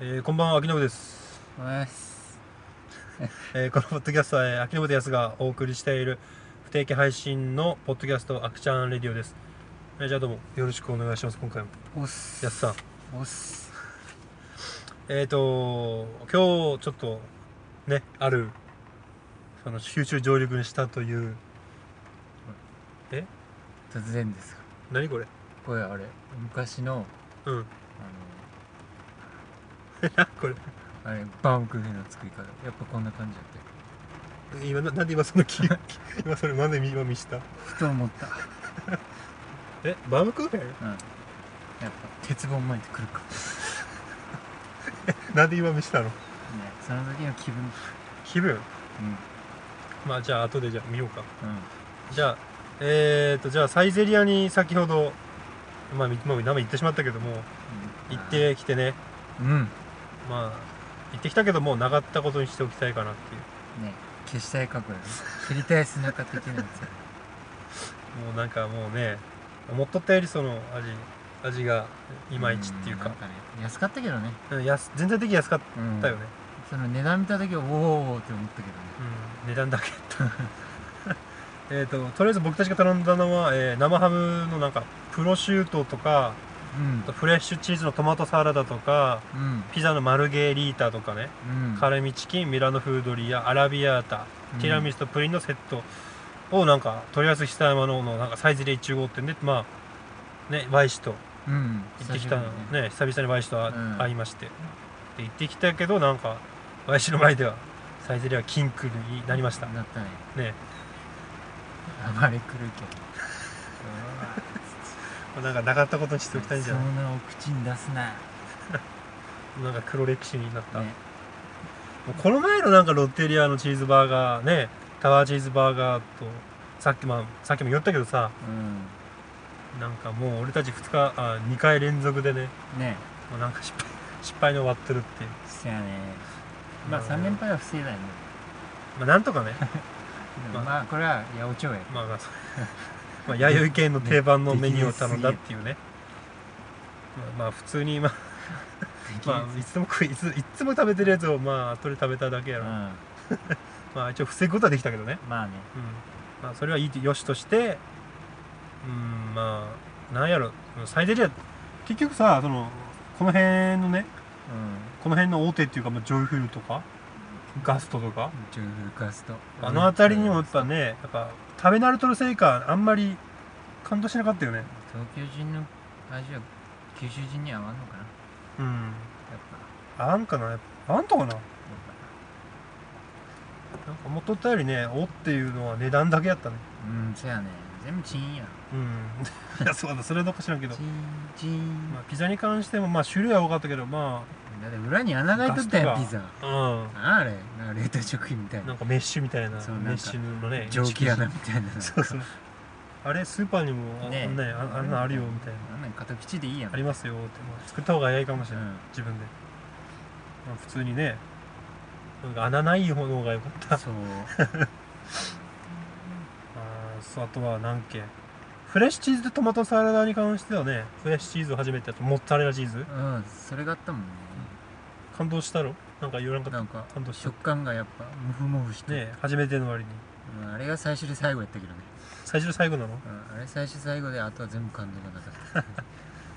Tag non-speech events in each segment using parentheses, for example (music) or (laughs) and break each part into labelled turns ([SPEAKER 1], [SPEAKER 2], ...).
[SPEAKER 1] えー、こんばんは、秋信です。
[SPEAKER 2] おはようございます。
[SPEAKER 1] えー、このポッドキャストは、えー、秋信康がお送りしている不定期配信のポッドキャスト、アクちゃんレディオです。えー、じゃあどうもよろしくお願いします、今回も。
[SPEAKER 2] おっす。
[SPEAKER 1] やすさん。
[SPEAKER 2] おっす。
[SPEAKER 1] えーと、今日ちょっと、ね、ある、その、集中上陸にしたという、
[SPEAKER 2] 突然ですが、
[SPEAKER 1] 何これ
[SPEAKER 2] これあれ、昔の、
[SPEAKER 1] うん。 (laughs)
[SPEAKER 2] あ
[SPEAKER 1] これ、
[SPEAKER 2] の、あれ、バームクーヘンの作り方、やっぱこんな感じだったよ。
[SPEAKER 1] 今、ななんで今その気、 (laughs) 今それ、なんで今見した
[SPEAKER 2] ふと思った。
[SPEAKER 1] え、バームクーヘン
[SPEAKER 2] うん。やっぱ、鉄本巻いてくるか。ね、
[SPEAKER 1] なんで今見したの
[SPEAKER 2] その時の気分。
[SPEAKER 1] 気分
[SPEAKER 2] うん。
[SPEAKER 1] まあ、じゃあ後でじゃあ見ようか。
[SPEAKER 2] うん。
[SPEAKER 1] じゃあ、えー、と、じゃあサイゼリアに先ほど、まあ、みまあ、名前言ってしまったけども、行っ。てきてね、
[SPEAKER 2] うん。
[SPEAKER 1] まあ、行ってきたけども、なかったことにしておきたいかなっていう。
[SPEAKER 2] ね、消したい過去やろ。切りたい背中的なやつや
[SPEAKER 1] もうなんかもうね、思っとったよりその味、味が
[SPEAKER 2] ろ。
[SPEAKER 1] (laughs) いまいちっていうんか
[SPEAKER 2] なん、ね、安かったけどね。
[SPEAKER 1] うん安全体的に安かっ
[SPEAKER 2] うん
[SPEAKER 1] たよね。
[SPEAKER 2] その値段見た時は、おーって思ったけどね。
[SPEAKER 1] うん、値段だけだ (laughs) った。えーと、とりあえず僕たちが頼んだのは、えー生ハムのなんか、プロシュートとか、
[SPEAKER 2] うん
[SPEAKER 1] あと。フレッシュチーズのトマトサラダとか、
[SPEAKER 2] うん。
[SPEAKER 1] ピザのマルゲリータとかね、
[SPEAKER 2] うん。
[SPEAKER 1] カレミチキンミラノフードリアアラビアータ
[SPEAKER 2] うん
[SPEAKER 1] ティラミスとプリンのセットをなんか取り寄せ久山ののなんかサイズで一中号店でまあねバイシと
[SPEAKER 2] うん。
[SPEAKER 1] 行ってきたの
[SPEAKER 2] 久しぶりに
[SPEAKER 1] ね久々にバイシとあ
[SPEAKER 2] うん
[SPEAKER 1] 会いまして、で行ってきたけどなんかバイシの前ではサイズではキンクになりましたね
[SPEAKER 2] なったね
[SPEAKER 1] え
[SPEAKER 2] 暴れ狂い
[SPEAKER 1] (laughs)
[SPEAKER 2] けど
[SPEAKER 1] まあなんかなかったことにしておきたいんじゃな
[SPEAKER 2] そんなお口に出すな、ね、
[SPEAKER 1] いなんか黒歴史になった、もうこの前のなんかロッテリアのチーズバーガーねタワーチーズバーガーとさっき,、まあ、さっきも言ったけどさ、
[SPEAKER 2] うん
[SPEAKER 1] なんかもう俺たち2日あ2回連続でね
[SPEAKER 2] ね
[SPEAKER 1] もうなんか失敗 (laughs) 失敗に終わってるっていう、
[SPEAKER 2] そやねまあ
[SPEAKER 1] うん
[SPEAKER 2] 3連敗は防いだよね
[SPEAKER 1] まあ、なんとかね (laughs) まあ
[SPEAKER 2] まあこれは八百長や
[SPEAKER 1] まあ (laughs) まあそうまあ弥生系の定番のメニューを頼んだっていうねまあまあ普通に
[SPEAKER 2] (laughs)
[SPEAKER 1] まあ、まあ、いつも食いいついつも食べてるやつをまあ後で食べただけや
[SPEAKER 2] う
[SPEAKER 1] ろ、
[SPEAKER 2] ん
[SPEAKER 1] まあ一応防ぐことはできたけどね、
[SPEAKER 2] まあね
[SPEAKER 1] うんまあ、それはいいとよしとしてうんまあなんやろサイゼリア結局さそのこの辺のね
[SPEAKER 2] うん
[SPEAKER 1] この辺の大手っていうか、まあ、ジョイフルとかガストとか
[SPEAKER 2] ジョイフルカスト
[SPEAKER 1] あの辺りにもやっぱねやっぱ食べ慣れとるせいかあんまり感動しなかったよね
[SPEAKER 2] 東京人の味は九州人には合わんのかなや
[SPEAKER 1] うん
[SPEAKER 2] っぱ
[SPEAKER 1] あんかなやっぱあんとかな
[SPEAKER 2] や
[SPEAKER 1] なんか思っとったよりねおっていうのは値段だけやったね
[SPEAKER 2] っぱうんそやね全部チンや
[SPEAKER 1] うんいや (laughs) そうだそれはどうか知らんけど
[SPEAKER 2] チ、ンチン、
[SPEAKER 1] まあ、ピザに関してもまあ種類は多かったけどま
[SPEAKER 2] だって裏に穴が開いとったやん
[SPEAKER 1] ガ
[SPEAKER 2] ピ
[SPEAKER 1] スト
[SPEAKER 2] ザ
[SPEAKER 1] あ
[SPEAKER 2] あれなんか冷凍食品みたい
[SPEAKER 1] うんな
[SPEAKER 2] なん
[SPEAKER 1] かメッシュみたいな
[SPEAKER 2] そう
[SPEAKER 1] メッシュのね
[SPEAKER 2] 蒸気
[SPEAKER 1] な
[SPEAKER 2] 穴みたいな
[SPEAKER 1] (laughs) そうそうあれスーパーにもあ,、ね
[SPEAKER 2] ね、
[SPEAKER 1] ああんなんあるよみたいな
[SPEAKER 2] あんなん片口でいいやん
[SPEAKER 1] ありますよって、まあ、作った方が早いかもしれない、
[SPEAKER 2] うん
[SPEAKER 1] 自分で、まあ、普通にねなんか穴ない方の方が良かったあ
[SPEAKER 2] そう
[SPEAKER 1] ーそうあとは何けフレッシュチーズとトマトサラダに関してはねフレッシュチーズを初めてやったモッツァレラチーズ
[SPEAKER 2] うんそれがあったもんね
[SPEAKER 1] 感動したろなんか言わなかった
[SPEAKER 2] な
[SPEAKER 1] ね
[SPEAKER 2] んか
[SPEAKER 1] 感動した
[SPEAKER 2] 食感がやっぱモフモフして、
[SPEAKER 1] え初めての割に
[SPEAKER 2] うんあれが最初で最後やったけどね、
[SPEAKER 1] 最初で最後なの
[SPEAKER 2] うんあれ最初最後であとは全部感動がなかっ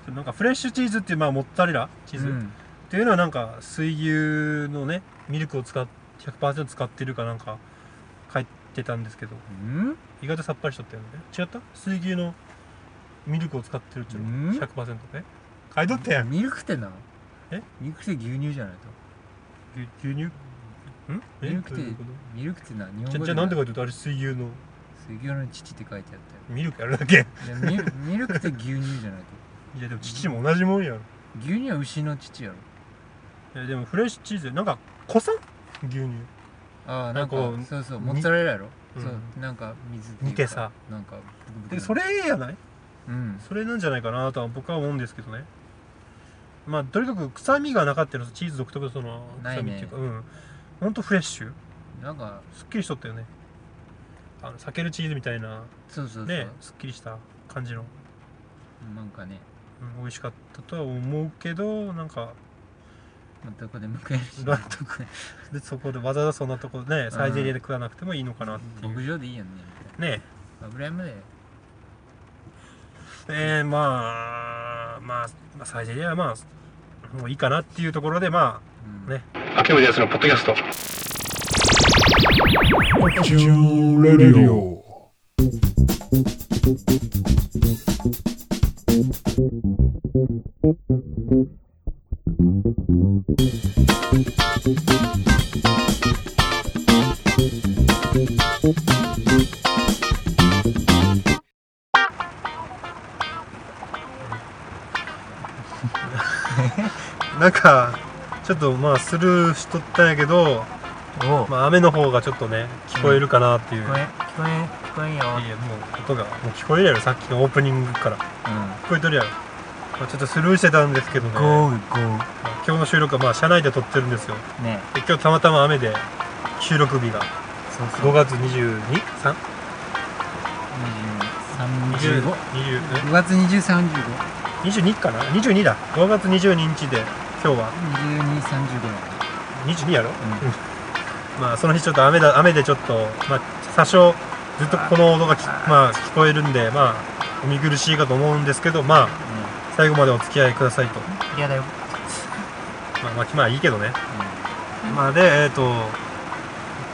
[SPEAKER 2] た
[SPEAKER 1] なんかフレッシュチーズっていう、まあ、モッツァレラチーズ、
[SPEAKER 2] う
[SPEAKER 1] っ
[SPEAKER 2] ん
[SPEAKER 1] ていうのはなんか水牛のねミルクを使っ100%使ってるかなんか書いてたんですけど
[SPEAKER 2] うん
[SPEAKER 1] 意外とさっぱりしとったよね違った水牛のミルクを使ってるっちゅうの
[SPEAKER 2] ん
[SPEAKER 1] 100%ね買い取ったやん
[SPEAKER 2] ミルクってな
[SPEAKER 1] え
[SPEAKER 2] ミルクって牛乳じゃないと
[SPEAKER 1] 牛牛乳んえ
[SPEAKER 2] ミルクっ
[SPEAKER 1] どうい
[SPEAKER 2] て
[SPEAKER 1] うこ
[SPEAKER 2] ミルクってな日
[SPEAKER 1] と
[SPEAKER 2] 本
[SPEAKER 1] じゃ
[SPEAKER 2] 語
[SPEAKER 1] じゃあなんて書いてあるあれ水牛の
[SPEAKER 2] 水牛の乳って書いてあったよ
[SPEAKER 1] ミルクやるだけ
[SPEAKER 2] いやミル (laughs) ミルクって牛乳じゃないと
[SPEAKER 1] いやでも乳も同じもんやろ
[SPEAKER 2] 牛乳は牛の乳やろ
[SPEAKER 1] いやでもフレッシュチーズなんか濃さ牛乳
[SPEAKER 2] ああなんか
[SPEAKER 1] なんかこう
[SPEAKER 2] そうそう
[SPEAKER 1] に
[SPEAKER 2] モッツァレラやろ、
[SPEAKER 1] うん
[SPEAKER 2] そうなんか水っていうか
[SPEAKER 1] 煮てさ
[SPEAKER 2] なんかブクブク
[SPEAKER 1] でそれやない
[SPEAKER 2] うん
[SPEAKER 1] それなんじゃないかなとは僕は思うんですけどねまあとにかく臭みがなかったよチーズ独特のその
[SPEAKER 2] ない
[SPEAKER 1] 臭み
[SPEAKER 2] ね
[SPEAKER 1] っていうか、うんほんとフレッシュ
[SPEAKER 2] なんか
[SPEAKER 1] すっきりしとったよねあの裂けるチーズみたいな
[SPEAKER 2] そうそうそう、
[SPEAKER 1] ねすっきりした感じの、
[SPEAKER 2] なんかね
[SPEAKER 1] うん、美味しかったとは思うけどなんか
[SPEAKER 2] まあどこでも食えるし
[SPEAKER 1] どこでそこでわざわざそんなとこねサイゼリヤで食わなくてもいいのかなっていう、
[SPEAKER 2] (laughs) 牧場でいいよねみたい
[SPEAKER 1] ね
[SPEAKER 2] な油山で
[SPEAKER 1] えーまあ、まあまあサイゼリヤはまあもういいかなっていうところでま
[SPEAKER 2] うん
[SPEAKER 1] あね秋元康のポッドキャスト
[SPEAKER 3] Actual Radio.
[SPEAKER 1] なんかちょっとまあスルーしとったんやけど、
[SPEAKER 2] おお聞
[SPEAKER 1] まあ、雨の方がちょっとね聞こえるかなっていう、
[SPEAKER 2] こえ聞こえ聞こえんよ
[SPEAKER 1] いやいやもう音がもう聞こえるやろさっきのオープニングから聞こえとるやろ、まあ、ちょっとスルーしてたんですけどね、
[SPEAKER 2] ゴーゴー
[SPEAKER 1] 今日の収録はまあ車内で撮ってるんですよ
[SPEAKER 2] ね
[SPEAKER 1] で今日たまたま雨で収録日が
[SPEAKER 2] そうそ
[SPEAKER 1] 5
[SPEAKER 2] う
[SPEAKER 1] 月 22?3?25?
[SPEAKER 2] 23 25 5月23、35、
[SPEAKER 1] 22かな22だ5月22日で今日は
[SPEAKER 2] 22、35だね。
[SPEAKER 1] 22やろ、
[SPEAKER 2] うん
[SPEAKER 1] うんまあその日ちょっと雨だ雨でちょっと、まあ、多少ずっとこの音がきまあ、聞こえるんでまあお見苦しいかと思うんですけどまあ最後までお付き合いくださいと
[SPEAKER 2] うん嫌だよ。
[SPEAKER 1] まあまあまあいいけどねまあでえっ、と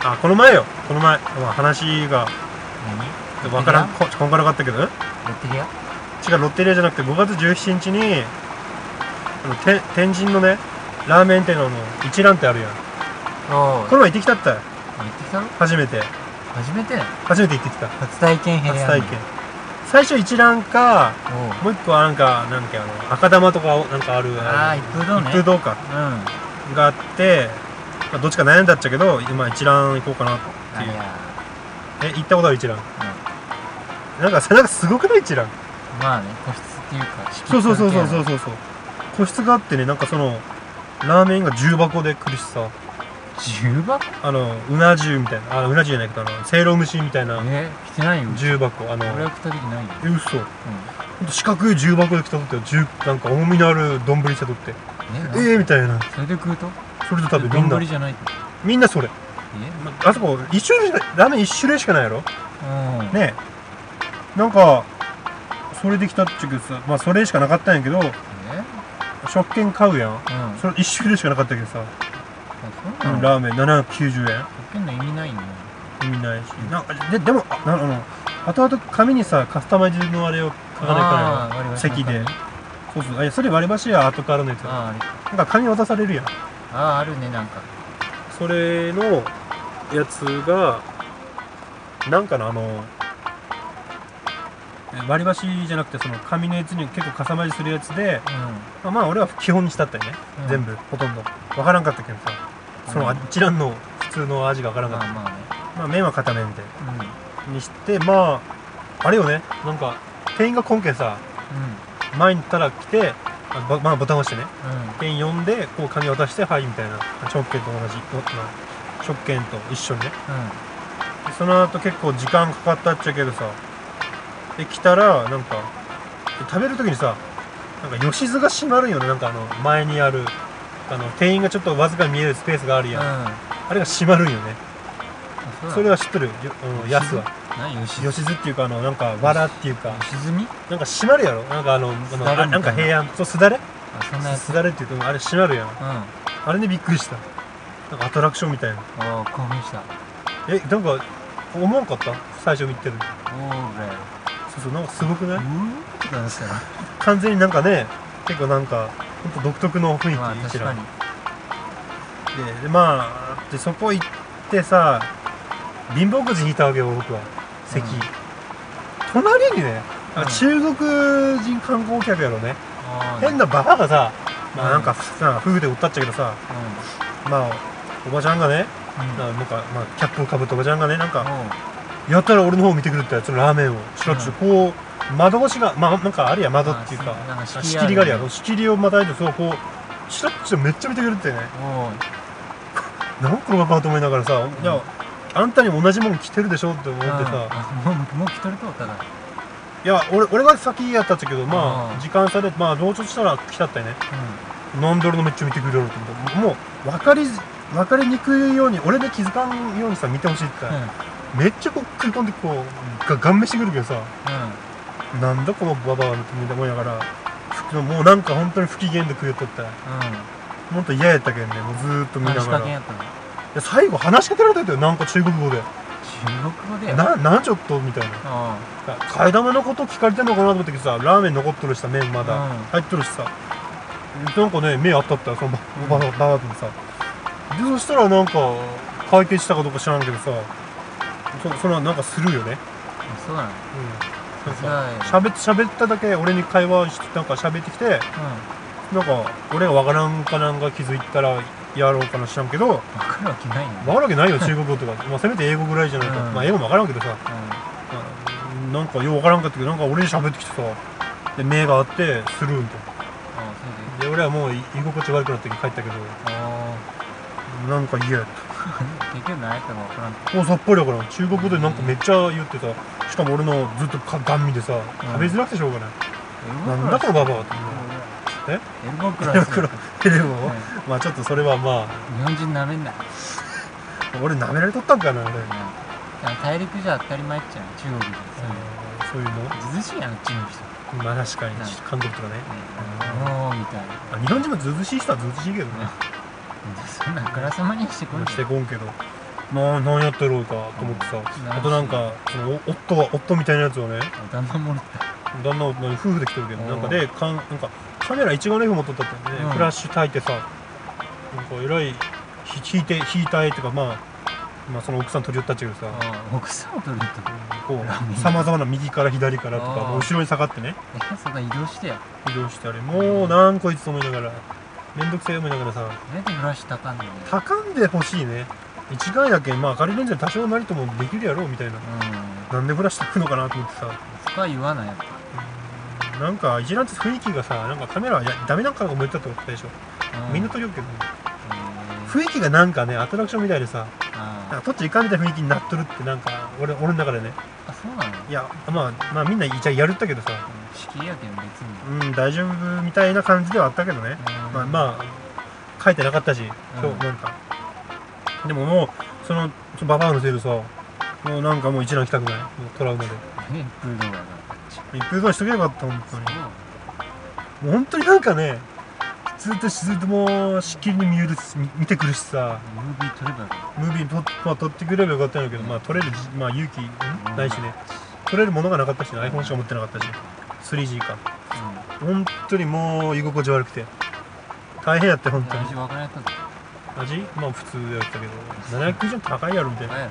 [SPEAKER 1] あこの前よこの前、まあ、話が
[SPEAKER 2] 何
[SPEAKER 1] わからんここんがらかったけどん
[SPEAKER 2] ロッテリア
[SPEAKER 1] 違うロッテリアじゃなくて5月17日にあのて天神のねラーメン店のあの一覧ってあるやん
[SPEAKER 2] おお。
[SPEAKER 1] この前行ってきたったよ
[SPEAKER 2] 行ってきたの
[SPEAKER 1] 初めて
[SPEAKER 2] 初めて
[SPEAKER 1] 初めて行ってきた
[SPEAKER 2] 初体験編
[SPEAKER 1] 初体験最初一覧か
[SPEAKER 2] おおう。
[SPEAKER 1] もう一個はなんかなんかあの赤玉とかなんかある
[SPEAKER 2] ああ、
[SPEAKER 1] の
[SPEAKER 2] 一風堂ね。
[SPEAKER 1] 一風堂か
[SPEAKER 2] うん。あ
[SPEAKER 1] があってまあどっちか悩んだっちゃけど今一覧行こうかなって
[SPEAKER 2] れ
[SPEAKER 1] いう
[SPEAKER 2] や。
[SPEAKER 1] え行ったことある一覧なんか背中すごくない一覧
[SPEAKER 2] まあね、個室っていうか、敷地
[SPEAKER 1] そうそうそうそうそううそうそう個室があってねなんかそのラーメンが重箱で来るしさ
[SPEAKER 2] 重箱
[SPEAKER 1] あのうな重みたいなあうな重じゃないけどあのせいろ蒸しみたいな
[SPEAKER 2] え、来てないよ。
[SPEAKER 1] 重箱あの
[SPEAKER 2] 俺は来た時ないよ。
[SPEAKER 1] え嘘
[SPEAKER 2] う
[SPEAKER 1] ほんと四角い重箱で来たとってよ重なんか重みのある丼したとって
[SPEAKER 2] ん。え、
[SPEAKER 1] ええみたいな
[SPEAKER 2] それで食うと
[SPEAKER 1] それと多分みんな
[SPEAKER 2] 丼じゃないって。
[SPEAKER 1] みんなそれまあそこ一種類しかラーメン一種類しかないやろ
[SPEAKER 2] えうん。
[SPEAKER 1] ねえなんかそれで来たっちゅうけどさまあそれしかなかったんやけど
[SPEAKER 2] え
[SPEAKER 1] 食券買うやん
[SPEAKER 2] うん。
[SPEAKER 1] それ一種類しかなかったけどさ、
[SPEAKER 2] そんなの、
[SPEAKER 1] ラーメン790円
[SPEAKER 2] 食の意味ないね。
[SPEAKER 1] 意味ないしなんかででもあなあの後々紙にさカスタマイズのあれを書かない
[SPEAKER 2] あ
[SPEAKER 1] か
[SPEAKER 2] あ、割り
[SPEAKER 1] ら
[SPEAKER 2] 箸の
[SPEAKER 1] 席でそうそうあいやそれ割り箸や後からのやつな
[SPEAKER 2] ああ、あれ
[SPEAKER 1] んか紙渡されるやん
[SPEAKER 2] ああ、あるね、なんか。
[SPEAKER 1] それのやつがなんかなあのえ割り箸じゃなくてその紙のやつに結構かさ増しするやつで
[SPEAKER 2] う
[SPEAKER 1] まあまあ俺は基本にしたったよね、
[SPEAKER 2] ん。
[SPEAKER 1] 全部ほとんどわからんかったけどさその
[SPEAKER 2] うん
[SPEAKER 1] 一覧の普通の味がわからんか
[SPEAKER 2] ま
[SPEAKER 1] っ
[SPEAKER 2] あ
[SPEAKER 1] た、
[SPEAKER 2] まあね。
[SPEAKER 1] まあ麺は片面で
[SPEAKER 2] うん。うん。
[SPEAKER 1] にしてまああれよねなんか店員が今回さ前に行ったら来てあばまあボタン押してね
[SPEAKER 2] うん。
[SPEAKER 1] 店員呼んでこう紙渡してはいみたいな食券と同じおまあ食券と一緒にね
[SPEAKER 2] うん。
[SPEAKER 1] でその後結構時間かかったっちゃけどさで来たらなんかで食べる時にさなんか吉津が閉まるんよねなんかあの前にあるあの店員がちょっとわずかに見えるスペースがある
[SPEAKER 2] い
[SPEAKER 1] やん、あれが閉まるんよね
[SPEAKER 2] うん。
[SPEAKER 1] それ
[SPEAKER 2] は、
[SPEAKER 1] は知っとるようん
[SPEAKER 2] 吉
[SPEAKER 1] 安
[SPEAKER 2] 津
[SPEAKER 1] は
[SPEAKER 2] 何吉
[SPEAKER 1] 吉津っていうかあのなんか藁っていうか
[SPEAKER 2] 吉住
[SPEAKER 1] なんか閉まるやろなんかあのあ
[SPEAKER 2] すだ
[SPEAKER 1] の
[SPEAKER 2] れみたいな
[SPEAKER 1] あなんか平安そうすだれ
[SPEAKER 2] あ、そんなやつ。
[SPEAKER 1] すだれっていうとあれ閉まるやん
[SPEAKER 2] うん。あ
[SPEAKER 1] あれでびっくりしたなんかアトラクションみたいな
[SPEAKER 2] あ、興奮した。
[SPEAKER 1] えなんか思わんかった最初見てる時
[SPEAKER 2] おーぐらい。
[SPEAKER 1] そうそうなんかすごくな
[SPEAKER 2] う
[SPEAKER 1] い
[SPEAKER 2] ーって感じだな。
[SPEAKER 1] 完全になんかね結構なんかほんと独特の雰囲気
[SPEAKER 2] まあ、
[SPEAKER 1] うち
[SPEAKER 2] 確
[SPEAKER 1] ら
[SPEAKER 2] かに。
[SPEAKER 1] ででまあでそこ行ってさ貧乏くじ引いたわけよ僕は席、
[SPEAKER 2] うん
[SPEAKER 1] 隣にね、
[SPEAKER 2] うん
[SPEAKER 1] 中国人観光客やろね、
[SPEAKER 2] ああ
[SPEAKER 1] 変なバカがさ、まあ、
[SPEAKER 2] う
[SPEAKER 1] なんんかさ夫婦でおったっちゃけどさまあおばちゃんがね、
[SPEAKER 2] うん。うん。
[SPEAKER 1] なんか、まあ、キャップをかぶったおばちゃんがねなんか
[SPEAKER 2] おう
[SPEAKER 1] やったら俺の方を見てくるってやつのラーメンをちらちらこう窓越しがまあなんかあるや窓っていうか
[SPEAKER 2] あなんか仕
[SPEAKER 1] 仕
[SPEAKER 2] 切り
[SPEAKER 1] 切りがあるやろ
[SPEAKER 2] お
[SPEAKER 1] 仕切りをまたいでそうこうちらっちらめっちゃ見てくるってね
[SPEAKER 2] おう
[SPEAKER 1] なんこのバカと思いながらさ、いやあんたにも同じもん着てるでしょって思ってさ、
[SPEAKER 2] あもうもう来とるとおただう
[SPEAKER 1] いや俺俺が先やったっちゃけどま
[SPEAKER 2] う
[SPEAKER 1] あ
[SPEAKER 2] ん
[SPEAKER 1] 時間差でまあ同調したら来たったよね
[SPEAKER 2] ん
[SPEAKER 1] 飲んどるのめっちゃ見てくれるってこともう分かり分かりにくいように俺で気づかんようにさ見てほしいって言ったら、めっちゃこう食い込んでこうが顔面してくるけどさなんだこのババアみたいなもんやから服もうなんか本当に不機嫌で食いよっとったもっと嫌やったけんねもうずーっと見な
[SPEAKER 2] 話し
[SPEAKER 1] が
[SPEAKER 2] からけん
[SPEAKER 1] で
[SPEAKER 2] やったの
[SPEAKER 1] 最後話しかけられたよなんか中国語で
[SPEAKER 2] 中国語
[SPEAKER 1] 「
[SPEAKER 2] で
[SPEAKER 1] ななんちょっと」みたいな
[SPEAKER 2] あ
[SPEAKER 1] 替え玉のこと聞かれてんのかなと思ったけどさラーメン残っとるしさ麺まだ、
[SPEAKER 2] うん
[SPEAKER 1] 入っとるしさなんかね目あったったよそのば
[SPEAKER 2] うん
[SPEAKER 1] ばばばあとにさでそしたらなんか解決したかどうか知らんけどさそそのなんかするよね
[SPEAKER 2] あそうなの
[SPEAKER 1] うんなん
[SPEAKER 2] 辛い
[SPEAKER 1] か喋って喋っただけ俺に会話しなんか喋ってきて
[SPEAKER 2] うん
[SPEAKER 1] なんか俺がわからんかなんか気づいたらやろうかな知らんけど
[SPEAKER 2] 分かるわけないよね
[SPEAKER 1] わかるわけないよ中 (laughs) 国語とかまあせめて英語ぐらいじゃないと、
[SPEAKER 2] うん
[SPEAKER 1] まあ英語もわからんけどさ
[SPEAKER 2] う
[SPEAKER 1] う
[SPEAKER 2] ん
[SPEAKER 1] んなんかようわからんかったけどなんか俺に喋ってきてさで目があってスルーみたい
[SPEAKER 2] あ
[SPEAKER 1] な
[SPEAKER 2] それで
[SPEAKER 1] で俺はもう居心地悪くなって帰ったけど
[SPEAKER 2] あ
[SPEAKER 1] なんか嫌やっ
[SPEAKER 2] あ結局何やったか分からん
[SPEAKER 1] たもうさっぱりだから中国語でなんかめっちゃ言ってさしかも俺のずっとかガン見でさ食べづらくてしょうがない、なんだこのババアってえ
[SPEAKER 2] エルボクラス
[SPEAKER 1] エルボクラでも、
[SPEAKER 2] はい
[SPEAKER 1] まあちょっとそれはまあ
[SPEAKER 2] 日本人なめんな
[SPEAKER 1] 俺舐められとったんかなあれ、
[SPEAKER 2] うん大陸じゃ当たり前っちゃう中国で
[SPEAKER 1] そういうの
[SPEAKER 2] そういうのずうしいやんあっちの人ね
[SPEAKER 1] まあ確かに
[SPEAKER 2] うん
[SPEAKER 1] 韓国とかね
[SPEAKER 2] おーみたいな
[SPEAKER 1] あ日本人もずうずうしい人はずうずうしいけどね
[SPEAKER 2] そんなあからさまにしてこいよ
[SPEAKER 1] してこんけどななんやったろうかと思ってさ
[SPEAKER 2] うん
[SPEAKER 1] あとなんかそのお夫は夫みたいなやつをね
[SPEAKER 2] お旦那もらった
[SPEAKER 1] 旦那夫夫婦で来てるけど
[SPEAKER 2] うん
[SPEAKER 1] なんかでかんなんかカメラ一眼レフ持っとったってね、
[SPEAKER 2] うん
[SPEAKER 1] フラッシュ焚いてさなんかえらいひ引いて引いた絵っていうかまあまあその奥さん取り寄ったっちゃけどさ
[SPEAKER 2] ああ奥さんを取ると
[SPEAKER 1] こ
[SPEAKER 2] ラーメン
[SPEAKER 1] うさまざまな右から左からとか
[SPEAKER 2] うん
[SPEAKER 1] もう後ろに下がってね
[SPEAKER 2] えそんな移動してよ
[SPEAKER 1] 移動してあれもうなんこいつと思いながら面倒くせえ思いながらさ
[SPEAKER 2] なんでフラッシュたかんのね
[SPEAKER 1] 高んでほしいね一眼やけんまあ明るいレンズで多少なりともできるやろうみたいな
[SPEAKER 2] うん
[SPEAKER 1] なんでフラしてくのかなと思ってさ
[SPEAKER 2] そこは言わないやっぱ
[SPEAKER 1] なんかいじらんと雰囲気がさなんかカメラはやダメなんかが思ったってことでしょ、
[SPEAKER 2] うん
[SPEAKER 1] みんな撮りよっけど
[SPEAKER 2] うん
[SPEAKER 1] 雰囲気がなんかねアトラクションみたいでさなんか
[SPEAKER 2] あ
[SPEAKER 1] 撮っちゃいかんみたいな雰囲気になっとるってなんか俺俺の中でね
[SPEAKER 2] ああそうなの
[SPEAKER 1] いやまあまあみんなイチャやるったけどさ
[SPEAKER 2] 式やけん別に
[SPEAKER 1] うん大丈夫みたいな感じではあったけどね、まあ
[SPEAKER 2] あ
[SPEAKER 1] まあ書いてなかったし今
[SPEAKER 2] うん
[SPEAKER 1] 日なんか、でももうそのそのババアのせいでさもうなんかもう一覧来たくないもうトラウマで
[SPEAKER 2] 何プードルだな
[SPEAKER 1] 一風堂しとけばよかった本当に
[SPEAKER 2] そう
[SPEAKER 1] もう本当になんかねずっとずっともうしっきりに見えるし見見てくるしさ
[SPEAKER 2] ムービー撮ればよかっ
[SPEAKER 1] ムービーに撮,、まあ、撮ってくれればよかったんだけど、まあ、撮れるじ、まあ、勇気
[SPEAKER 2] うん
[SPEAKER 1] んないしね撮れるものがなかったしね iPhone しか持ってなかったし 3G か
[SPEAKER 2] たう
[SPEAKER 1] 本
[SPEAKER 2] ん
[SPEAKER 1] 当にもう居心地悪くて大変やって本当に
[SPEAKER 2] 私分からやったぞ
[SPEAKER 1] 味まあ普通やったけど790円高いやろみたいな
[SPEAKER 2] や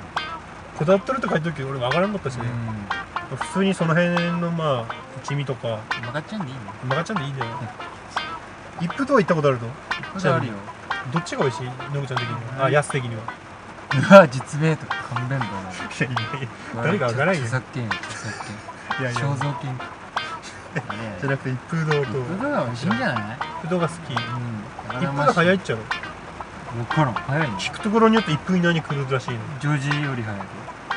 [SPEAKER 1] こだわっとるって書いてるけど俺分からんかったし
[SPEAKER 2] う
[SPEAKER 1] ね、
[SPEAKER 2] ん
[SPEAKER 1] 普通にその辺のまあ一味とか
[SPEAKER 2] 曲がっちゃうんでいい
[SPEAKER 1] 曲がっちゃんでいいんだよ一風堂行ったことあるの
[SPEAKER 2] のそれあるよ
[SPEAKER 1] どっちが美味しい野口ちゃん的にはあ安的には
[SPEAKER 2] うわ実名とか勘弁だない
[SPEAKER 1] やい誰か分からんよ
[SPEAKER 2] 著作権著作権
[SPEAKER 1] やいやいや
[SPEAKER 2] 肖像権あれ
[SPEAKER 1] じゃなくて一風堂と
[SPEAKER 2] ブルーが美味しいんじゃない
[SPEAKER 1] 一風堂が好き一
[SPEAKER 2] うん
[SPEAKER 1] 風堂早いっ
[SPEAKER 2] 分
[SPEAKER 1] ちゃろ
[SPEAKER 2] からん早いね
[SPEAKER 1] 聞くところによって1分以内に来るらしいの
[SPEAKER 2] ジョージより早い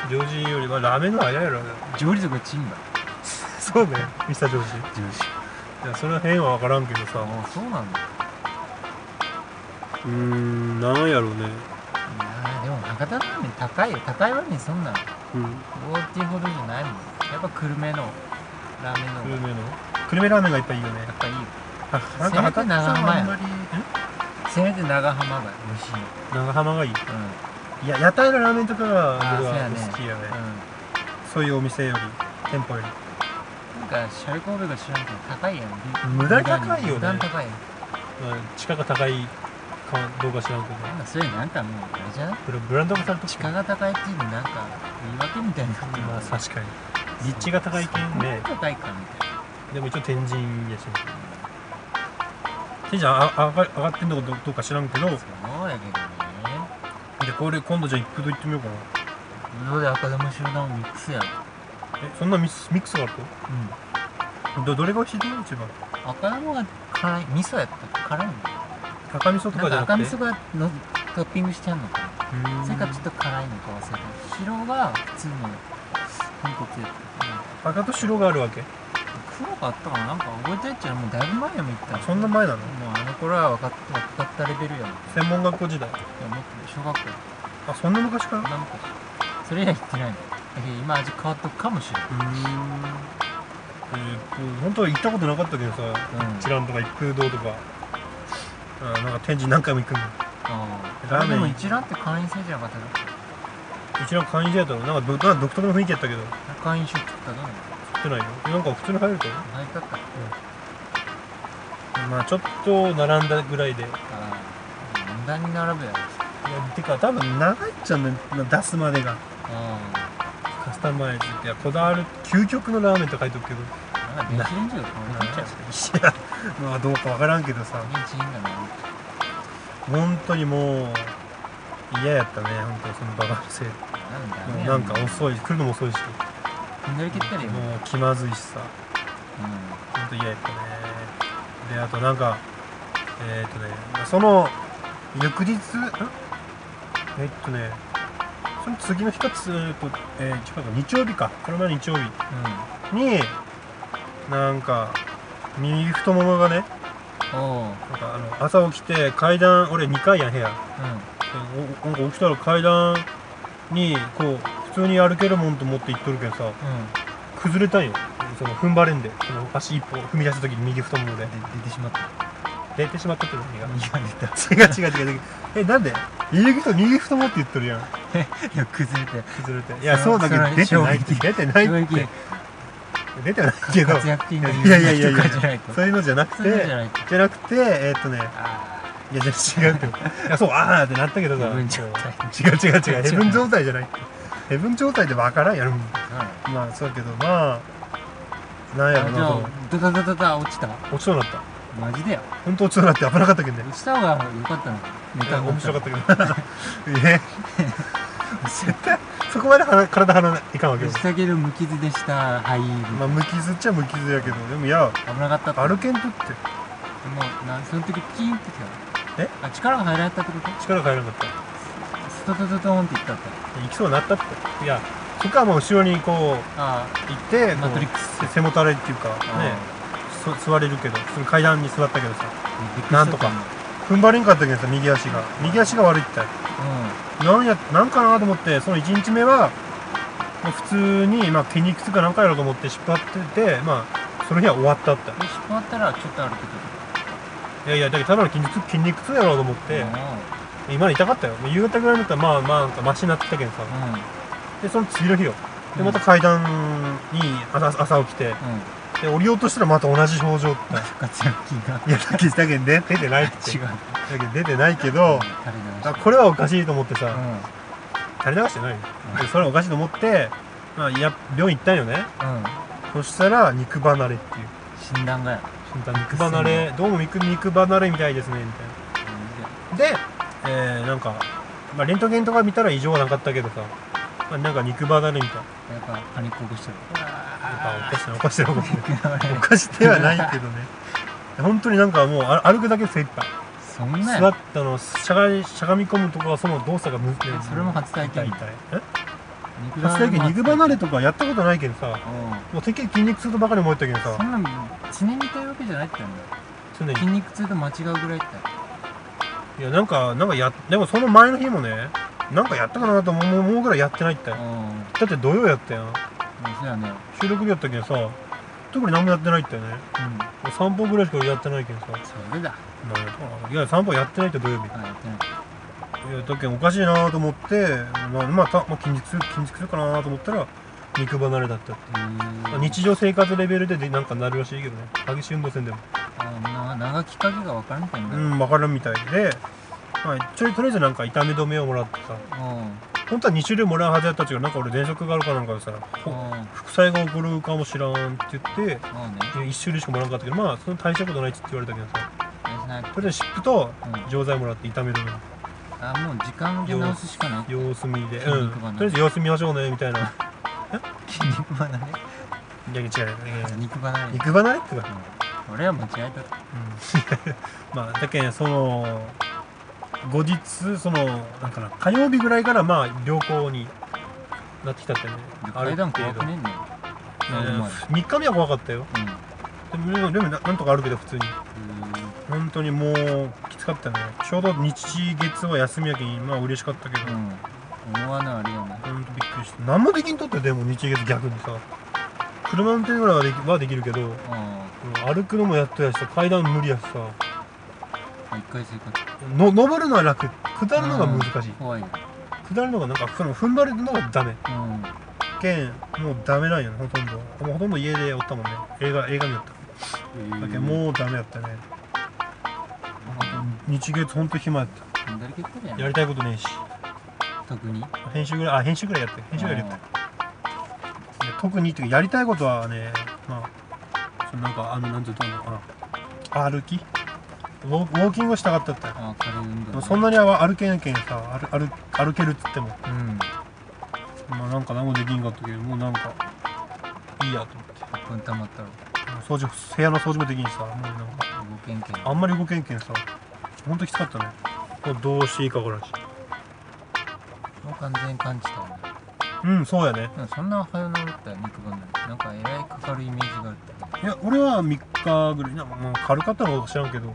[SPEAKER 1] ジョージよりまあラーメンの方が早いやろ
[SPEAKER 2] ジョージとかチンだ
[SPEAKER 1] そうねミスタージョージ
[SPEAKER 2] ジョージ
[SPEAKER 1] いやその辺は分からんけどさ
[SPEAKER 2] あそうなんだ
[SPEAKER 1] うーんなんやろうね
[SPEAKER 2] いやーでも博多ラーメン高いよ高い割にそんなの
[SPEAKER 1] うん
[SPEAKER 2] どうっていうほどじゃないもんやっぱ久留米のラーメンの
[SPEAKER 1] 久
[SPEAKER 2] 方
[SPEAKER 1] 留米
[SPEAKER 2] が
[SPEAKER 1] の久留米ラーメンがいっぱいいいよね
[SPEAKER 2] やっぱいいよ
[SPEAKER 1] あなんか博多さんはあんまりん
[SPEAKER 2] せめて長浜が美味しいよ
[SPEAKER 1] 長浜がいい
[SPEAKER 2] うん
[SPEAKER 1] いや屋台のラーメンとかは
[SPEAKER 2] あー
[SPEAKER 1] 俺は
[SPEAKER 2] そうやね
[SPEAKER 1] 好きやね
[SPEAKER 2] う
[SPEAKER 1] そういうお店より店舗より
[SPEAKER 2] ん、なんかシャルコーベが知らんけど高いやん
[SPEAKER 1] 無駄に高いよね
[SPEAKER 2] 無駄に高いよ
[SPEAKER 1] まあ地価が高いかどうか知らんけど
[SPEAKER 2] なんかそういうなんかもうあれじゃん
[SPEAKER 1] これブランド化された
[SPEAKER 2] 地価が高いっていうのなんか言い訳みたいになってる
[SPEAKER 1] まあ確かに立地が高い県ね
[SPEAKER 2] そんな高いかみたいな
[SPEAKER 1] でも一応天神やしね天神ああ上が上がってんのかどうどうか知らんけどで
[SPEAKER 2] そうやけど
[SPEAKER 1] これ今度じゃあ一風堂行ってみようかな
[SPEAKER 2] ねどうで赤玉集団をミックスやろ
[SPEAKER 1] えそんなミスミックスがある
[SPEAKER 2] う
[SPEAKER 1] とどどれが美味しいと思う一番
[SPEAKER 2] ん赤玉が辛い味噌やったっけ辛いの
[SPEAKER 1] 赤味噌と
[SPEAKER 2] な
[SPEAKER 1] かじ
[SPEAKER 2] んか
[SPEAKER 1] ゃな
[SPEAKER 2] 赤
[SPEAKER 1] く
[SPEAKER 2] 味
[SPEAKER 1] て
[SPEAKER 2] 噌がのトッピングしてあんのかな
[SPEAKER 1] うーん
[SPEAKER 2] それかちょっと辛いのか忘れた白が普通の豚骨やったかな
[SPEAKER 1] 赤と白があるわけ
[SPEAKER 2] 黒かあったかななんか覚えてっちゃうもうだいぶ前やもん行った
[SPEAKER 1] そんな前なの
[SPEAKER 2] もうあの頃は分かって分かったレベルやもんねい
[SPEAKER 1] 専門学校時代
[SPEAKER 2] やもっと小学校
[SPEAKER 1] あそんな昔から
[SPEAKER 2] 何個それ以来行ってないのだけど今味変わったかもしれない
[SPEAKER 1] ー
[SPEAKER 2] う
[SPEAKER 1] んえーっと本当は行ったことなかったけどさ
[SPEAKER 2] うん
[SPEAKER 1] 一蘭とか一風堂とかあーなんか天神何回も行くの
[SPEAKER 2] あ
[SPEAKER 1] ラ
[SPEAKER 2] ラ
[SPEAKER 1] ー
[SPEAKER 2] ー
[SPEAKER 1] メ
[SPEAKER 2] メ
[SPEAKER 1] ン
[SPEAKER 2] ンでも一覧って会員制じゃなかったか
[SPEAKER 1] 一蘭会員制やったのなんかどなんか独特の雰囲気やったけど
[SPEAKER 2] ら会員証食ったのに
[SPEAKER 1] 食ってないよなんか普通に入ると思
[SPEAKER 2] 泣いたった
[SPEAKER 1] うまあちょっと並んだぐらいでい
[SPEAKER 2] から無駄に並ぶやろ
[SPEAKER 1] やてか多分長いっちゃね出すまでが
[SPEAKER 2] あ
[SPEAKER 1] カスタマイズっていやこだわる究極のラーメンって書いておくけど
[SPEAKER 2] あなんか電子レンジがこうなっちゃう
[SPEAKER 1] いやまあどうかわからんけどさ
[SPEAKER 2] 電池いいんだな
[SPEAKER 1] 本当にもう嫌やったね本当にそのバカのせいで
[SPEAKER 2] なんだよ
[SPEAKER 1] も
[SPEAKER 2] ね
[SPEAKER 1] うなんか遅い来るのも遅いし
[SPEAKER 2] 踏んだり蹴ったりよ
[SPEAKER 1] もう気まずいしさ
[SPEAKER 2] う
[SPEAKER 1] 本当嫌やったねであとなんかえっ、とねその翌日んえっとねその次の日かつえっと、えー違うか日曜日かこの前の日曜日
[SPEAKER 2] んうん
[SPEAKER 1] になんか右太ももがね
[SPEAKER 2] おう
[SPEAKER 1] なんかあの朝起きて階段俺2階やん部屋
[SPEAKER 2] う
[SPEAKER 1] おなんか起きたら階段にこう普通に歩けるもんと思って行っとるけどさ
[SPEAKER 2] んうん
[SPEAKER 1] 崩れたんよその踏ん張れんでその足一歩踏み出した時に右太ももで
[SPEAKER 2] で出てしまった
[SPEAKER 1] 出てしまったって何が
[SPEAKER 2] 右が出た
[SPEAKER 1] 違 (laughs) う違う違う違うえなんで右太右太ももって言っとるやん
[SPEAKER 2] いや崩れて
[SPEAKER 1] 崩れていやそ
[SPEAKER 2] そうう
[SPEAKER 1] だけど
[SPEAKER 2] それ
[SPEAKER 1] 出てないって
[SPEAKER 2] 衝撃
[SPEAKER 1] 出てない
[SPEAKER 2] 正
[SPEAKER 1] って
[SPEAKER 2] 直
[SPEAKER 1] 出てないけど
[SPEAKER 2] 活躍金が
[SPEAKER 1] いやいやいや
[SPEAKER 2] 有
[SPEAKER 1] い
[SPEAKER 2] 名
[SPEAKER 1] や
[SPEAKER 2] な人とかじゃないと
[SPEAKER 1] そういうのじゃなく
[SPEAKER 2] そういうのじ
[SPEAKER 1] て
[SPEAKER 2] ゃないと
[SPEAKER 1] じゃなくてえーっとね
[SPEAKER 2] あ
[SPEAKER 1] いやじゃあ違うって (laughs) いやそうああってなったけどさ
[SPEAKER 2] ヘブン状
[SPEAKER 1] 違
[SPEAKER 2] 態
[SPEAKER 1] う違う (laughs) 違うヘブン状態じゃないってヘブン状態でわからんやろ
[SPEAKER 2] あそうなの
[SPEAKER 1] まあそうやけどまあなんやろ
[SPEAKER 2] あじゃ
[SPEAKER 1] な
[SPEAKER 2] あダダダダダ落ちた
[SPEAKER 1] 落ちそうになった
[SPEAKER 2] マジでよ
[SPEAKER 1] 本当落ちそうになって危なかったけどね
[SPEAKER 2] 落ちた方が良かったのネ
[SPEAKER 1] いや
[SPEAKER 2] タ
[SPEAKER 1] 面白かったけど (laughs) え絶対そこまでは体張らないいかんわけ
[SPEAKER 2] 打
[SPEAKER 1] よ
[SPEAKER 2] ち下げる無傷でしたはい、
[SPEAKER 1] まあ無傷っちゃ無傷やけどでもいや
[SPEAKER 2] 危なかったって
[SPEAKER 1] 歩
[SPEAKER 2] も
[SPEAKER 1] けんとって
[SPEAKER 2] うなその時キーンってきた
[SPEAKER 1] え
[SPEAKER 2] あ力が入らなかったってこと
[SPEAKER 1] 力が入らなかった
[SPEAKER 2] ストトトトーンっていったって
[SPEAKER 1] 行きそうになったっていやそこはもう後ろにこう行
[SPEAKER 2] あ
[SPEAKER 1] ってこう
[SPEAKER 2] マトリックス
[SPEAKER 1] 背背もたれっていうか
[SPEAKER 2] ああ
[SPEAKER 1] ねそ座れるけどその階段に座ったけどさ
[SPEAKER 2] あびっくりしちゃった
[SPEAKER 1] なんとか踏ん張れんかったけどさ右足が右足が悪いって
[SPEAKER 2] う
[SPEAKER 1] なんやなんかなと思ってその1日目はまあ普通に、まあ、筋肉痛かなんかやろうと思って引っ張ってて、まあ、その日は終わったって
[SPEAKER 2] んで引っ張ったらちょっと歩く
[SPEAKER 1] い
[SPEAKER 2] け
[SPEAKER 1] やいやだけどただの筋肉痛筋肉痛やろうと思って
[SPEAKER 2] どあ
[SPEAKER 1] 今痛かったよ夕方ぐらいになったらまあまあなんかマシになってきたけどさ
[SPEAKER 2] あ
[SPEAKER 1] でその次の日よで
[SPEAKER 2] うん
[SPEAKER 1] また階段に朝朝起きて
[SPEAKER 2] うんうん
[SPEAKER 1] で降りようとしたらまた同じ表情って
[SPEAKER 2] 活躍金が
[SPEAKER 1] (laughs) いやだけどだけど出出てないって
[SPEAKER 2] 違う
[SPEAKER 1] だけど出てないけど
[SPEAKER 2] 彼じゃ
[SPEAKER 1] あ
[SPEAKER 2] ない
[SPEAKER 1] これはおかしいと思ってさ、
[SPEAKER 2] うん
[SPEAKER 1] 垂れ流してないよでそれはおかしいと思って、まあ、いや病院行ったんよね
[SPEAKER 2] うん
[SPEAKER 1] そしたら肉離れっていう
[SPEAKER 2] 診断がや
[SPEAKER 1] 診断肉離れどうも肉肉離れみたいですねみたいなで、えーなんか、まあ、レントゲンとか見たら異常はなかったけどさ、まあ、なんか肉離れみたいな
[SPEAKER 2] やっぱパニック起こしてる
[SPEAKER 1] やっぱおかしなおかしな
[SPEAKER 2] 肉離
[SPEAKER 1] お
[SPEAKER 2] れ
[SPEAKER 1] かしではないけどね (laughs) 本当になんかもうあ歩くだけで精一杯
[SPEAKER 2] そんなん
[SPEAKER 1] 座ったのしゃがりしゃがみ込むとかはその動作がむず
[SPEAKER 2] えそれも初体験
[SPEAKER 1] 痛い痛いえ
[SPEAKER 2] 肉
[SPEAKER 1] 初体験肉離れとかやったことないけどさ
[SPEAKER 2] うん
[SPEAKER 1] もうてっきり筋肉痛とばかり思ったけど
[SPEAKER 2] そ
[SPEAKER 1] さ
[SPEAKER 2] んなん血に似たわけじゃないって言うんだよ
[SPEAKER 1] 常に
[SPEAKER 2] 筋肉痛と間違うぐらいって
[SPEAKER 1] いやなんかなんかやでもその前の日もねなんかやったかなと思う思うぐらいやってないって
[SPEAKER 2] う
[SPEAKER 1] だ
[SPEAKER 2] ん
[SPEAKER 1] って土曜やったやん
[SPEAKER 2] そうやね
[SPEAKER 1] 収録日やったけどさ特に何もやってないってね
[SPEAKER 2] うん
[SPEAKER 1] 散歩ぐらいしかやってないけどさなん
[SPEAKER 2] それだ
[SPEAKER 1] やったかないや散歩やってないって土曜日
[SPEAKER 2] あやってない
[SPEAKER 1] いやだけどおかしいなと思って、まあまあたまあ、筋肉痛筋肉痛かなと思ったら肉離れだった、まあ
[SPEAKER 2] へー
[SPEAKER 1] 日常生活レベルででなんかなるらしいけどね激しい運動せんでも
[SPEAKER 2] あな長きっかけが分からんみたいな
[SPEAKER 1] う
[SPEAKER 2] うん
[SPEAKER 1] ん分かるみたいで、まあ、ちょいとりあえずなんか痛み止めをもらってさ本当は2種類もらうはずやったっちゅうけどなんか俺喘息があるかなんかでさほ
[SPEAKER 2] うん
[SPEAKER 1] 副作用が起こるかもしらんって言って
[SPEAKER 2] そうね
[SPEAKER 1] 1種類しかもらわなかったけどまあその大したことないっつって言われたけどさ
[SPEAKER 2] 大事な
[SPEAKER 1] とりあえず湿布と
[SPEAKER 2] うん
[SPEAKER 1] 錠剤もらって痛み止め
[SPEAKER 2] あもう時間で直すしかない
[SPEAKER 1] 様子見で、
[SPEAKER 2] 筋
[SPEAKER 1] うん、
[SPEAKER 2] 肉
[SPEAKER 1] と
[SPEAKER 2] 離れ
[SPEAKER 1] りあえず様子見ましょうねみたい
[SPEAKER 2] (laughs)
[SPEAKER 1] な
[SPEAKER 2] 筋肉離れ
[SPEAKER 1] いや違う違う違う
[SPEAKER 2] 肉離れ
[SPEAKER 1] 肉離れってか、
[SPEAKER 2] 俺は間違えたって
[SPEAKER 1] (laughs) まあだけんその後日そのなんかな火曜日ぐらいからまあ良好になってきたってね
[SPEAKER 2] 階段怖くねえんだよ
[SPEAKER 1] 3日目は怖かったよ
[SPEAKER 2] う
[SPEAKER 1] でも
[SPEAKER 2] ん
[SPEAKER 1] でもでもななんとか歩けた普通に
[SPEAKER 2] うーん
[SPEAKER 1] 本当にもうきつかったねちょうど日月は休みやけん今は嬉しかったけど、
[SPEAKER 2] うん思わないあれよね
[SPEAKER 1] ほんとびっくりした何もできんとってでも日月逆にさ車運転ぐらいはできはできるけどもう
[SPEAKER 2] あ
[SPEAKER 1] 歩くのもやっとやしさ階段無理やしさ
[SPEAKER 2] あ一回生活
[SPEAKER 1] の登るのは楽下るのが難しい、
[SPEAKER 2] 怖いよ
[SPEAKER 1] 下るのがなんかその踏ん張るのがダメ
[SPEAKER 2] うん
[SPEAKER 1] けんもうダメなんよねほとんどもうほとんど家でおったもんね映画映画見よっただけどもうダメやったね日月ほんと暇やった
[SPEAKER 2] 誰結構だよ
[SPEAKER 1] や
[SPEAKER 2] ね
[SPEAKER 1] りたいことねえし
[SPEAKER 2] 特に
[SPEAKER 1] 編集ぐらいあ編集ぐらいやって編集ぐらいやったいや特にっていうかやりたいことはねまあそのなんかあのなんて言ったのかな歩きウォーウォーキングをしたかったったよ
[SPEAKER 2] ああ軽い運動
[SPEAKER 1] でもそんなには歩けんけんさ歩歩歩けるっつっても
[SPEAKER 2] うん
[SPEAKER 1] まあなんか何もできんかったけどもうなんかいいやと思って
[SPEAKER 2] 1分溜まったら
[SPEAKER 1] 掃除部屋の掃除もできんしさもうなんか
[SPEAKER 2] 動けんけん
[SPEAKER 1] あんまり動けんけんさほんときつかったねもうどうしていいかこれ
[SPEAKER 2] もう完全感じたよね
[SPEAKER 1] うんそうやね
[SPEAKER 2] でもそんな早治ったよ肉離れなんかえらいかかるイメージがあったけど
[SPEAKER 1] いや俺は3日ぐらいなんかもう軽かったのか知らんけど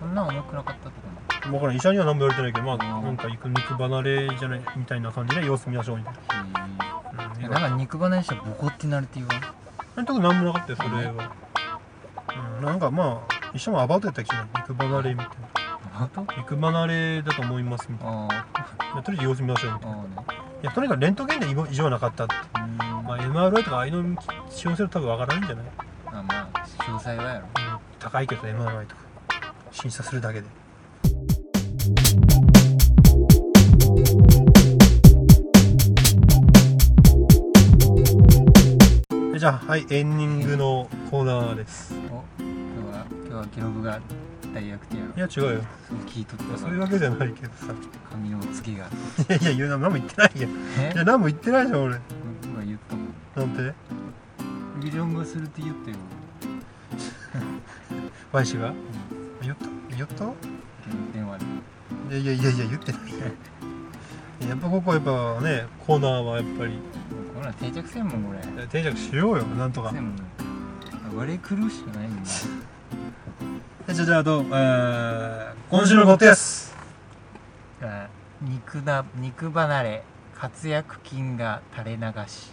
[SPEAKER 2] そんな重くなかったとかね
[SPEAKER 1] 僕ら医者には何も言われてないけどまあ
[SPEAKER 2] うん
[SPEAKER 1] なんか肉離れじゃないみたいな感じで様子見ましょうみたいな、うん、
[SPEAKER 2] え
[SPEAKER 1] い
[SPEAKER 2] なん
[SPEAKER 1] や
[SPEAKER 2] か肉離れしたらボコってなるって言わん
[SPEAKER 1] 特に何もなかったよそれは、うん、なんかまあ医者もアバウトやった気が肉離れみたい
[SPEAKER 2] あと
[SPEAKER 1] な肉離れだと思いますみたい
[SPEAKER 2] ああ
[SPEAKER 1] ないやとりあえず様子見ましょうみ
[SPEAKER 2] あ
[SPEAKER 1] たいな
[SPEAKER 2] あね
[SPEAKER 1] いやとにかくレントゲンで異常なかったって
[SPEAKER 2] うーん
[SPEAKER 1] まあ MRI とかああいうの使用すると多分わからないんじゃない
[SPEAKER 2] まあまあ詳細はやろ
[SPEAKER 1] うん高いけど MRI とか審査するだけででじゃあはいエンディングのコーナーです
[SPEAKER 2] お今日は今日は記録が大役ってやろ
[SPEAKER 1] いや違うよ
[SPEAKER 2] そう聞いとった
[SPEAKER 1] そういう
[SPEAKER 2] ら
[SPEAKER 1] わけじゃないけどさ
[SPEAKER 2] 髪のつけが
[SPEAKER 1] いやいや言うな何も言ってないやん
[SPEAKER 2] え
[SPEAKER 1] いや何も言ってないじゃん俺
[SPEAKER 2] 僕が言ったもん
[SPEAKER 1] なんて
[SPEAKER 2] ビジョンがするって言ったよ
[SPEAKER 1] ワイシが言った言った
[SPEAKER 2] 電話で
[SPEAKER 1] いやいやいやいや言ってないやんやっぱここやっぱねコーナーはやっぱり
[SPEAKER 2] ほら定着せんもんこれ
[SPEAKER 1] いや定着しようよなんとか
[SPEAKER 2] せんもん割れ狂うしかないんだ
[SPEAKER 1] じゃあ、じゃあ、どう、えー、今週のご提案です。
[SPEAKER 2] あ肉だ肉離れ活躍金が垂れ流し